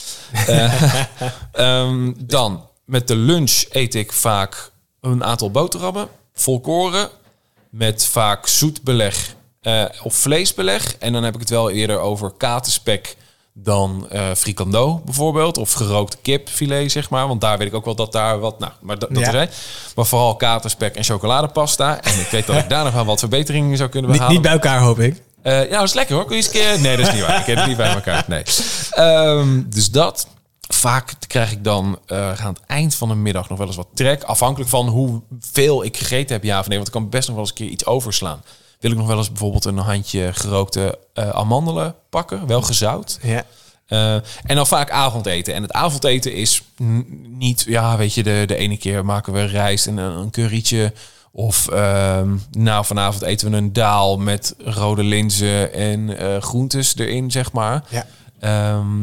Speaker 2: Eh, [laughs] ehm, dan, met de lunch eet ik vaak een aantal boterhammen, volkoren, met vaak zoet beleg eh, of vleesbeleg. En dan heb ik het wel eerder over katenspek dan eh frikando bijvoorbeeld, of gerookte kipfilet, zeg maar. Want daar weet ik ook wel dat daar wat... Nou, maar dat, dat
Speaker 5: Ja.
Speaker 2: er zijn. Maar vooral katenspek en chocoladepasta. En ik weet dat ik daar nog aan wat verbeteringen zou kunnen
Speaker 5: Niet,
Speaker 2: behalen.
Speaker 5: niet bij elkaar, hoop ik.
Speaker 2: Eh, ja, dat is lekker hoor. Kun je eens een keer... Nee, dat is niet waar. Ik heb het niet bij elkaar. Nee. Ehm, dus dat. Vaak krijg ik dan eh, aan het eind van de middag nog wel eens wat trek. Afhankelijk van hoeveel ik gegeten heb, ja of nee. Want ik kan best nog wel eens een keer iets overslaan. Wil ik nog wel eens bijvoorbeeld een handje gerookte eh, amandelen pakken. Wel gezout.
Speaker 5: Ja.
Speaker 2: Eh, en dan vaak avondeten. En het avondeten is n- niet, ja, weet je, de, de ene keer maken we rijst en een, een currytje. Of ehm, nou, vanavond eten we een daal met rode linzen en eh, groentes erin, zeg maar.
Speaker 5: Ja.
Speaker 2: Ehm,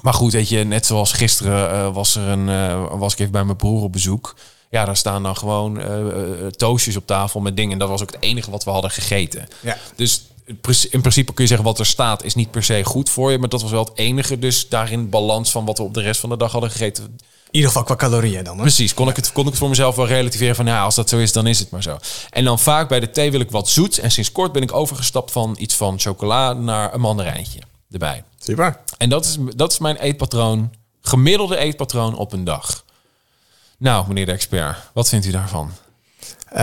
Speaker 2: maar goed, weet je, net zoals gisteren eh, was, er een, eh, was ik even bij mijn broer op bezoek. Ja, daar staan dan gewoon eh eh, toastjes op tafel met dingen. En dat was ook het enige wat we hadden gegeten.
Speaker 5: Ja.
Speaker 2: Dus in prin- in principe kun je zeggen wat er staat is niet per se goed voor je. Maar dat was wel het enige. Dus daarin balans van wat we op de rest van de dag hadden gegeten.
Speaker 5: In ieder geval qua calorieën dan. Hè?
Speaker 2: Precies, kon ik, het, kon ik het voor mezelf wel relativeren van ja, als dat zo is, dan is het maar zo. En dan vaak bij de thee wil ik wat zoets. En sinds kort ben ik overgestapt van iets van chocola naar een mandarijntje erbij.
Speaker 5: Super.
Speaker 2: En dat is, dat is mijn eetpatroon, gemiddelde eetpatroon op een dag. Nou, meneer de expert, wat vindt u daarvan?
Speaker 5: Eh,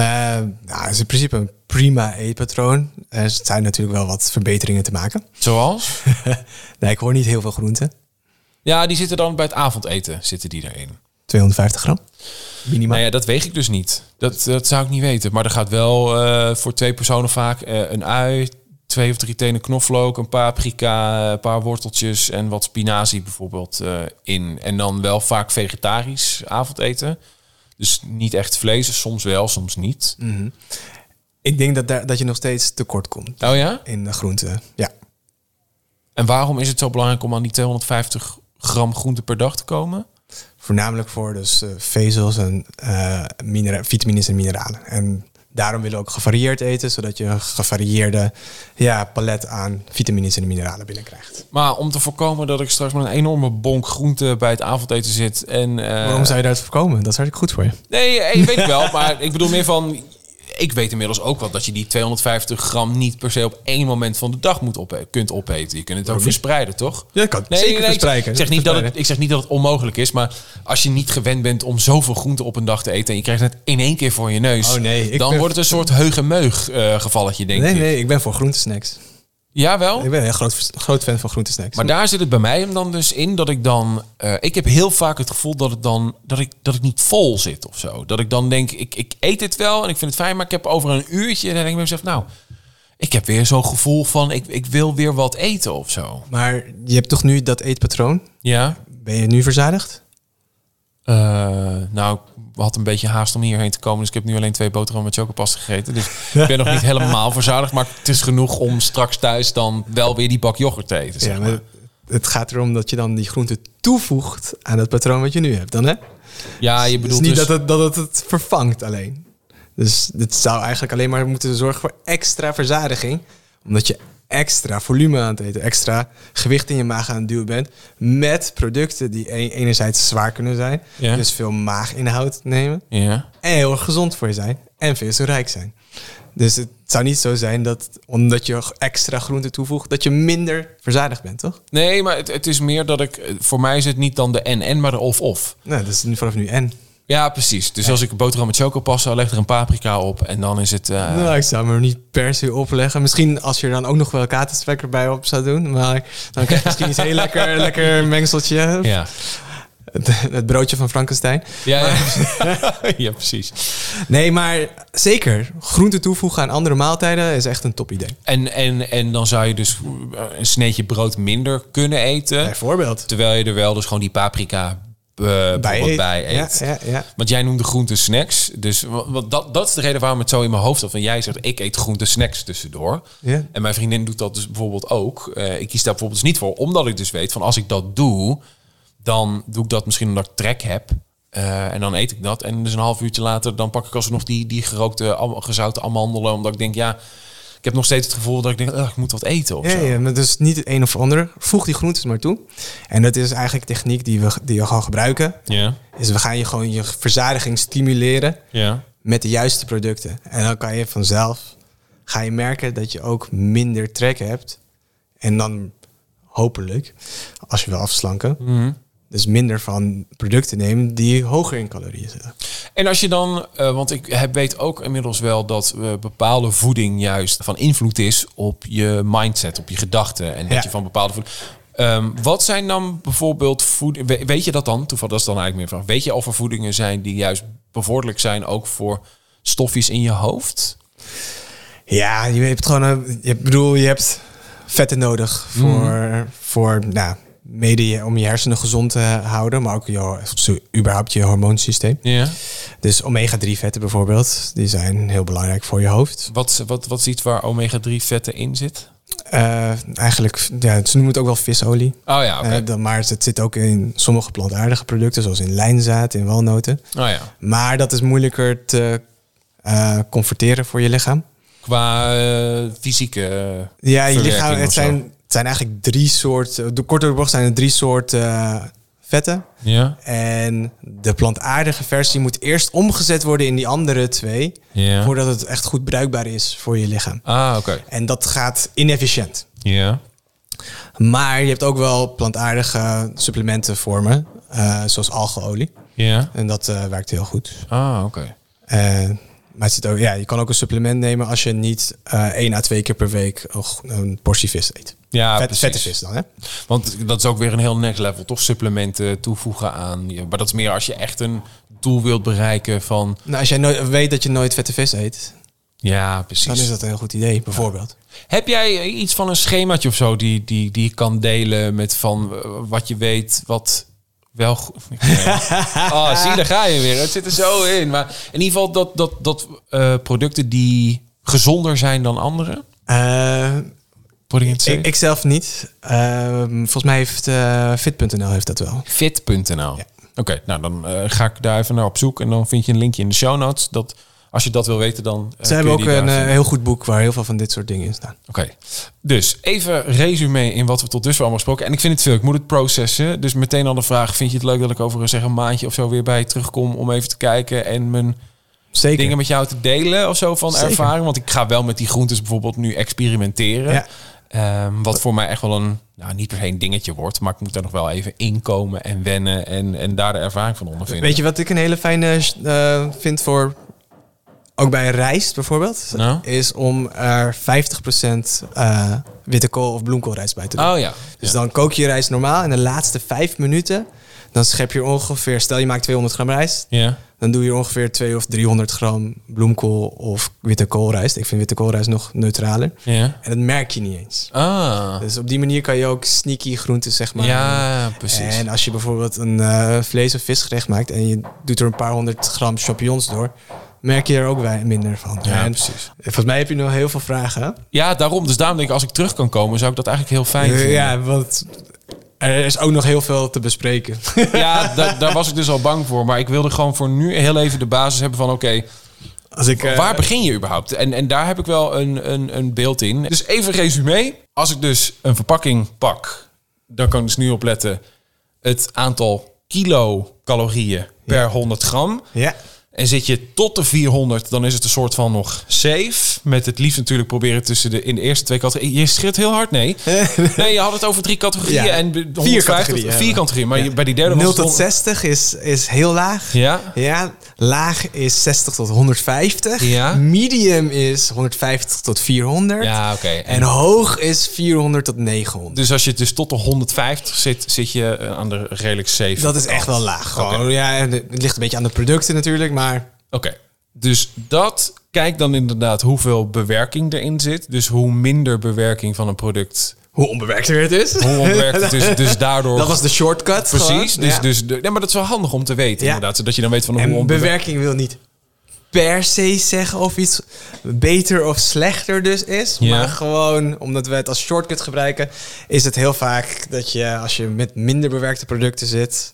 Speaker 5: nou, het is in principe een prima eetpatroon. Er zijn natuurlijk wel wat verbeteringen te maken. [laughs]
Speaker 2: Zoals?
Speaker 5: nee, ik hoor niet heel veel groenten.
Speaker 2: Ja, die zitten dan bij het avondeten, zitten die erin.
Speaker 5: 250 gram. Minimaal.
Speaker 2: Nou ja, dat weeg ik dus niet. Dat, dat zou ik niet weten. Maar er gaat wel eh, voor twee personen vaak eh, een ui, twee of drie tenen knoflook, een paar paprika, een paar worteltjes en wat spinazie bijvoorbeeld eh, in. En dan wel vaak vegetarisch avondeten. Dus niet echt vlees, soms wel, soms niet.
Speaker 5: Ik denk dat, daar, dat je nog steeds tekort komt
Speaker 2: Oh ja?
Speaker 5: in de groenten. Ja.
Speaker 2: En waarom is het zo belangrijk om aan die 250 gram groente per dag te komen?
Speaker 5: Voornamelijk voor dus eh, vezels en eh, minera- vitamines en mineralen. En daarom willen we ook gevarieerd eten, zodat je een gevarieerde ja, palet aan vitamines en mineralen binnenkrijgt.
Speaker 2: Maar om te voorkomen dat ik straks met een enorme bonk groente bij het avondeten zit. En, eh,
Speaker 5: Waarom zou je dat voorkomen? Dat is hartstikke goed voor je.
Speaker 2: Nee, eh, weet ik wel. Maar ik bedoel meer van... Ik weet inmiddels ook wel dat je die 250 gram niet per se op één moment van de dag moet ope- kunt opeten. Je kunt het ook verspreiden, toch?
Speaker 5: Ja, kan het zeker
Speaker 2: ik
Speaker 5: verspreiden.
Speaker 2: Zeg niet dat het,
Speaker 5: Verspreiden.
Speaker 2: ik zeg niet dat het onmogelijk is, maar als je niet gewend bent om zoveel groente op een dag te eten en je krijgt het in één keer voor je neus,
Speaker 5: Oh, nee, ik
Speaker 2: dan
Speaker 5: ben-
Speaker 2: wordt het een soort heugenmeug eh gevalletje, denk
Speaker 5: Nee,
Speaker 2: ik.
Speaker 5: nee, ik ben voor groentesnacks.
Speaker 2: Jawel?
Speaker 5: Ik ben een groot, groot fan van groentesnacks.
Speaker 2: Maar daar zit het bij mij hem dan dus in dat ik dan. eh, ik heb heel vaak het gevoel dat het dan dat ik, dat ik niet vol zit of zo. Dat ik dan denk, ik, ik eet dit wel en ik vind het fijn, maar ik heb over een uurtje. En dan denk ik bij mezelf, nou, ik heb weer zo'n gevoel van ik, ik wil weer wat eten of zo.
Speaker 5: maar je hebt toch nu dat eetpatroon?
Speaker 2: Ja.
Speaker 5: Ben je nu verzadigd?
Speaker 2: Eh, nou, ik had een beetje haast om hierheen te komen. Dus ik heb nu alleen twee boterhammen met chocopasta gegeten. [laughs] Dus ik ben nog niet helemaal verzadigd. Maar het is genoeg om straks thuis dan wel weer die bak yoghurt te eten. Zeg
Speaker 5: Ja,
Speaker 2: maar.
Speaker 5: maar het gaat erom dat je dan die groente toevoegt aan het patroon wat je nu hebt dan, hè?
Speaker 2: ja, je
Speaker 5: Het is
Speaker 2: bedoelt
Speaker 5: niet
Speaker 2: dus-
Speaker 5: dat, het, dat het het vervangt alleen. Dus dit zou eigenlijk alleen maar moeten zorgen voor extra verzadiging. Omdat je extra volume aan het eten, extra gewicht in je maag aan het duwen bent. Met producten die e- enerzijds zwaar kunnen zijn.
Speaker 2: Ja.
Speaker 5: Dus veel maaginhoud nemen.
Speaker 2: Ja.
Speaker 5: En heel erg gezond voor je zijn. En vezelrijk zijn. Dus het zou niet zo zijn dat omdat je extra groente toevoegt, dat je minder verzadigd bent, toch?
Speaker 2: Nee, maar het, het is meer dat ik... eh, Voor mij is het niet dan de en-en, maar de of-of.
Speaker 5: Nou, dat is nu vanaf nu en.
Speaker 2: Ja, precies. Dus als ik een boterham met choco pasta, leg er een paprika op en dan is het... eh,
Speaker 5: Nou, ik zou me er niet per se opleggen. Misschien als je er dan ook nog wel katerspek erbij op zou doen. Maar dan krijg je misschien iets heel
Speaker 2: [laughs]
Speaker 5: lekker, lekker mengseltje.
Speaker 2: Ja.
Speaker 5: Het, het broodje van Frankenstein.
Speaker 2: Ja, ja. [laughs] ja, precies.
Speaker 5: Nee, maar zeker. Groente toevoegen aan andere maaltijden is echt een top idee.
Speaker 2: En, en, en dan zou je dus eh, een sneetje brood minder kunnen eten.
Speaker 5: Bijvoorbeeld.
Speaker 2: Terwijl je er wel dus gewoon die paprika bij,
Speaker 5: Bij
Speaker 2: bij,
Speaker 5: eet.
Speaker 2: eet.
Speaker 5: Ja, ja, ja.
Speaker 2: Want jij noemde groente snacks. Dus wa- want dat, dat is de reden waarom het zo in mijn hoofd zat. Want jij zegt, ik eet groente snacks tussendoor.
Speaker 5: Ja.
Speaker 2: En mijn vriendin doet dat dus bijvoorbeeld ook. Eh, ik kies daar bijvoorbeeld dus niet voor. Omdat ik dus weet van als ik dat doe, dan doe ik dat misschien omdat ik trek heb. Eh, en dan eet ik dat. En dus een half uurtje later, dan pak ik alsnog die, die gerookte, am- gezouten amandelen. Omdat ik denk, ja, ik heb nog steeds het gevoel dat ik denk, ah, ik moet wat eten of
Speaker 5: Ja,
Speaker 2: zo.
Speaker 5: ja, maar dus niet het een of ander. Voeg die groentes maar toe. En dat is eigenlijk techniek die we, die we gewoon gebruiken.
Speaker 2: Ja,
Speaker 5: Is we gaan je gewoon je verzadiging stimuleren
Speaker 2: ja.
Speaker 5: met de juiste producten. En dan kan je vanzelf, ga je merken dat je ook minder trek hebt. En dan hopelijk, als je wil afslanken,
Speaker 2: Mhm.
Speaker 5: dus minder van producten nemen die hoger in calorieën zitten.
Speaker 2: En als je dan, eh, want ik heb, weet ook inmiddels wel dat eh, bepaalde voeding juist van invloed is op je mindset, op je gedachten en dat
Speaker 5: Ja.
Speaker 2: je van bepaalde voeding. Ehm, wat zijn dan bijvoorbeeld voeding? we- weet je dat dan? Toeval, dat is dan eigenlijk meer van. Weet je of er voedingen zijn die juist bevorderlijk zijn ook voor stofjes in je hoofd?
Speaker 5: Ja, je hebt gewoon, een- je, ik bedoel, je hebt vetten nodig voor,
Speaker 2: Mhm.
Speaker 5: voor nou, mede je, om je hersenen gezond te houden, maar ook je, zo- überhaupt je hormoonsysteem.
Speaker 2: Ja.
Speaker 5: Dus omega-3 vetten bijvoorbeeld, die zijn heel belangrijk voor je hoofd.
Speaker 2: Wat, wat, wat is iets waar omega-3 vetten in zit?
Speaker 5: Eh, eigenlijk, ja, ze noemen het ook wel visolie.
Speaker 2: Oh ja, oké.
Speaker 5: Eh, dan, maar het zit ook in sommige plantaardige producten, zoals in lijnzaad, in walnoten.
Speaker 2: oh ja.
Speaker 5: Maar dat is moeilijker te eh converteren voor je lichaam.
Speaker 2: Qua eh, fysieke. eh,
Speaker 5: Ja, je
Speaker 2: verwerking
Speaker 5: lichaam,
Speaker 2: of
Speaker 5: het
Speaker 2: zo.
Speaker 5: zijn, het zijn eigenlijk drie soorten, eh, de korte bocht zijn er drie soorten eh, vetten.
Speaker 2: Ja.
Speaker 5: En de plantaardige versie moet eerst omgezet worden in die andere twee,
Speaker 2: Ja.
Speaker 5: voordat het echt goed bruikbaar is voor je lichaam.
Speaker 2: Ah, oké.
Speaker 5: En dat gaat inefficiënt.
Speaker 2: Ja.
Speaker 5: Maar je hebt ook wel plantaardige supplementen vormen, eh, zoals algeolie.
Speaker 2: Ja.
Speaker 5: En dat eh, werkt heel goed.
Speaker 2: Ah, oké.
Speaker 5: Eh, maar het zit ook, ja, je kan ook een supplement nemen als je niet eh één à twee keer per week een go- een portie vis eet.
Speaker 2: Ja,
Speaker 5: Vet,
Speaker 2: Ah, precies.
Speaker 5: vette vis dan, hè?
Speaker 2: Want dat is ook weer een heel next level, toch? Supplementen toevoegen aan. je- Maar dat is meer als je echt een doel wilt bereiken van...
Speaker 5: Nou, als jij nooit- weet dat je nooit vette vis eet,
Speaker 2: Ja,
Speaker 5: dan is
Speaker 2: precies.
Speaker 5: dat een heel goed idee, bijvoorbeeld.
Speaker 2: Heb jij eh, iets van een schemaatje of zo die, die, die je kan delen met van eh, wat je weet, wat wel... go- [laughs] oh, zie, daar ga je weer. Het zit er zo in. Maar in ieder geval dat, dat, dat eh, producten die gezonder zijn dan andere.
Speaker 5: Eh,
Speaker 2: Producten.
Speaker 5: ik, ik zelf niet. Ehm, volgens mij heeft eh, fit.nl heeft dat wel.
Speaker 2: Fit.nl. Oké, nou dan eh, ga ik daar even naar op zoek en dan vind je een linkje in de show notes. Dat, als je dat wil weten, dan. eh,
Speaker 5: Ze
Speaker 2: kun
Speaker 5: hebben
Speaker 2: je
Speaker 5: ook
Speaker 2: die
Speaker 5: een
Speaker 2: daar
Speaker 5: eh,
Speaker 2: vinden.
Speaker 5: heel goed boek waar heel veel van dit soort dingen in staan.
Speaker 2: Oké, dus even resume in wat we tot dusver allemaal gesproken. En ik vind het veel, ik moet het processen. Dus meteen al de vraag: vind je het leuk dat ik over zeg, een maandje of zo weer bij je terugkom om even te kijken en mijn
Speaker 5: Zeker.
Speaker 2: dingen met jou te delen of zo van
Speaker 5: Zeker.
Speaker 2: ervaring? Want ik ga wel met die groentes bijvoorbeeld nu experimenteren.
Speaker 5: Ja.
Speaker 2: Ehm, wat voor mij echt wel een, nou niet per se een dingetje wordt, maar ik moet daar nog wel even inkomen en wennen en, en daar de ervaring van ondervinden.
Speaker 5: Weet je wat ik een hele fijne eh, vind voor, ook bij rijst bijvoorbeeld,
Speaker 2: Nou?
Speaker 5: is om er 50% eh, witte kool of bloemkoolrijst bij te doen.
Speaker 2: Oh ja.
Speaker 5: Dus dan kook je je rijst normaal en de laatste vijf minuten, dan schep je er ongeveer, stel je maakt 200 gram rijst,
Speaker 2: Ja.
Speaker 5: dan doe je er ongeveer 200 of 300 gram bloemkool of witte koolrijst. Ik vind witte koolrijst nog neutraler.
Speaker 2: Ja.
Speaker 5: En dat merk je niet eens.
Speaker 2: Ah.
Speaker 5: Dus op die manier kan je ook sneaky groenten, zeg maar.
Speaker 2: ja, precies.
Speaker 5: En als je bijvoorbeeld een eh, vlees- of visgerecht maakt en je doet er een paar honderd gram champignons door, merk je er ook wij- minder van.
Speaker 2: Ja,
Speaker 5: En
Speaker 2: precies.
Speaker 5: Volgens mij heb je nog heel veel vragen. hè?
Speaker 2: Ja, daarom. Dus daarom denk ik, als ik terug kan komen, zou ik dat eigenlijk heel fijn [laughs] vinden. Ja,
Speaker 5: ja, want er is ook nog heel veel te bespreken. [laughs]
Speaker 2: da- daar was ik dus al bang voor. Maar ik wilde gewoon voor nu heel even de basis hebben van, oké,
Speaker 5: Als ik, eh,
Speaker 2: Waar begin je überhaupt? En, en daar heb ik wel een, een, een beeld in. Dus even resume. Als ik dus een verpakking pak, dan kan ik dus nu opletten het aantal kilocalorieën per 100 gram.
Speaker 5: Ja.
Speaker 2: En zit je tot de 400, dan is het een soort van nog safe. Met het liefst natuurlijk proberen tussen de, in de eerste twee categorieën. Je schrikt heel hard,
Speaker 5: [laughs]
Speaker 2: nee. Nee, je had het over drie categorieën
Speaker 5: Ja.
Speaker 2: en
Speaker 5: Vier
Speaker 2: 150, vier
Speaker 5: categorieën,
Speaker 2: categorieën.
Speaker 5: ja.
Speaker 2: Maar je- bij die derde
Speaker 5: 0
Speaker 2: was het
Speaker 5: tot 60 is, is heel laag.
Speaker 2: Ja.
Speaker 5: ja. Laag is 60 tot 150.
Speaker 2: Ja.
Speaker 5: Medium is 150 tot 400.
Speaker 2: Ja, oké.
Speaker 5: En hoog is 400 tot 900.
Speaker 2: Dus als je dus tot de 150 zit, zit je eh, aan de redelijk safe.
Speaker 5: dat is echt wel laag. Gewoon, ja, en het ligt een beetje aan de producten natuurlijk, maar
Speaker 2: Oké, dus dat, kijk dan inderdaad hoeveel bewerking erin zit. Dus hoe minder bewerking van een product,
Speaker 5: hoe onbewerkter het is.
Speaker 2: hoe ontwerkt het
Speaker 5: [laughs]
Speaker 2: dus, dus daardoor...
Speaker 5: dat was de shortcut.
Speaker 2: Precies,
Speaker 5: gewoon.
Speaker 2: dus,
Speaker 5: Ja.
Speaker 2: dus de, nee, maar dat is wel handig om te weten
Speaker 5: Ja.
Speaker 2: inderdaad. Zodat je dan weet van hoe
Speaker 5: En
Speaker 2: onbewerkt-
Speaker 5: bewerking wil niet per se zeggen of iets beter of slechter dus is.
Speaker 2: Ja.
Speaker 5: Maar gewoon omdat we het als shortcut gebruiken, is het heel vaak dat je als je met minder bewerkte producten zit,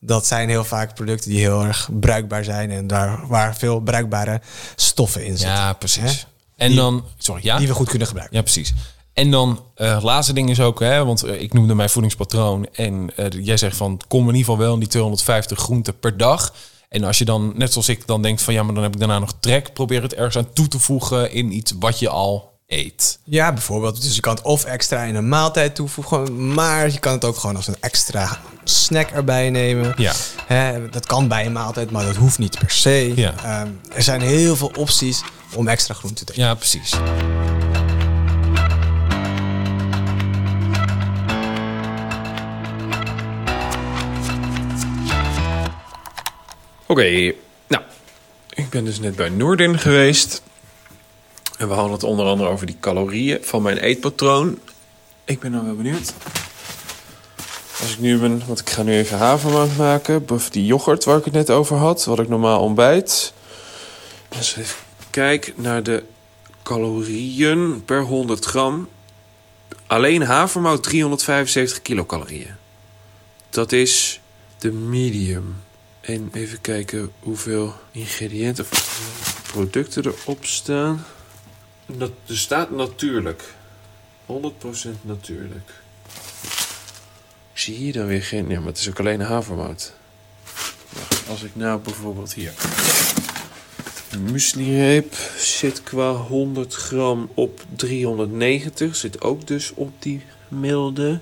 Speaker 5: dat zijn heel vaak producten die heel erg bruikbaar zijn en daar waar veel bruikbare stoffen in zitten.
Speaker 2: Ja, precies.
Speaker 5: Hè?
Speaker 2: En dan, sorry, ja?
Speaker 5: Die we goed kunnen gebruiken.
Speaker 2: Ja, precies. En dan eh laatste ding is ook, hè, want eh, ik noemde mijn voedingspatroon. En eh, jij zegt van, kom in ieder geval wel in die 250 groenten per dag. En als je dan, net zoals ik, dan denkt van, ja, maar dan heb ik daarna nog trek. Probeer het ergens aan toe te voegen in iets wat je al eet.
Speaker 5: Ja, bijvoorbeeld. Dus je kan het of extra in een maaltijd toevoegen, maar je kan het ook gewoon als een extra snack erbij nemen.
Speaker 2: Ja.
Speaker 5: Hè, dat kan bij een maaltijd, maar dat hoeft niet per se.
Speaker 2: Ja.
Speaker 5: Ehm, er zijn heel veel opties om extra groente te eten.
Speaker 2: Ja, precies. Oké, nou, ik ben dus net bij Noordin geweest. En we hadden het onder andere over die calorieën van mijn eetpatroon. Ik ben dan wel benieuwd. Als ik nu ben, want ik ga nu even havermout maken. Of die yoghurt waar ik het net over had, wat ik normaal ontbijt. Als ik even kijk naar de calorieën per 100 gram. Alleen havermout 375 kilocalorieën. Dat is de medium. En even kijken hoeveel ingrediënten of producten erop staan. Dat, er staat natuurlijk. 100% natuurlijk. Ik zie hier dan weer geen... Ja, maar het is ook alleen havermout. Wacht, Als ik nou bijvoorbeeld hier... Mueslireep zit qua 100 gram op 390. Zit ook dus op die milde.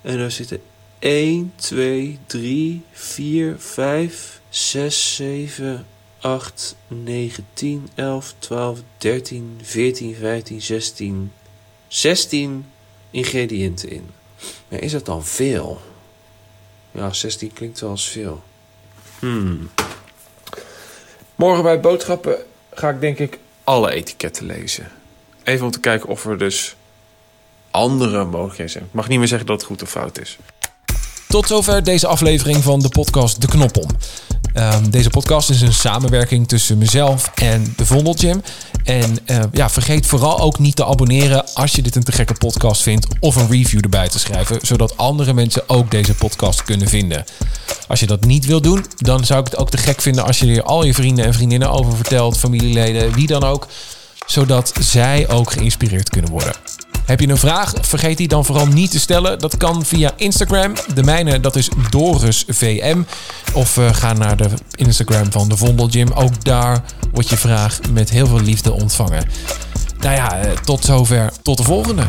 Speaker 2: En daar zitten 1, 2, 3, 4, 5, 6, 7, 8, 9, 10, 11, 12, 13, 14, 15, 16. 16 ingrediënten in. Ja, is dat dan veel? Ja, 16 klinkt wel als veel. Hmm. Morgen bij boodschappen ga ik denk ik alle etiketten lezen. Even om te kijken of er dus andere mogelijkheden zijn. Ik mag niet meer zeggen dat het goed of fout is. Tot zover deze aflevering van de podcast De Knop Om. Ehm, deze podcast is een samenwerking tussen mezelf en de Vondelgym. En eh, ja, vergeet vooral ook niet te abonneren als je dit een te gekke podcast vindt. Of een review erbij te schrijven, zodat andere mensen ook deze podcast kunnen vinden. Als je dat niet wil doen, dan zou ik het ook te gek vinden als je er al je vrienden en vriendinnen over vertelt. Familieleden, wie dan ook. Zodat zij ook geïnspireerd kunnen worden. Heb je een vraag? Vergeet die dan vooral niet te stellen. Dat kan via Instagram. De mijne, dat is DorisVM. Of eh, ga naar de Instagram van de Vondelgym. Ook daar wordt je vraag met heel veel liefde ontvangen. Nou ja, eh, tot zover. Tot de volgende.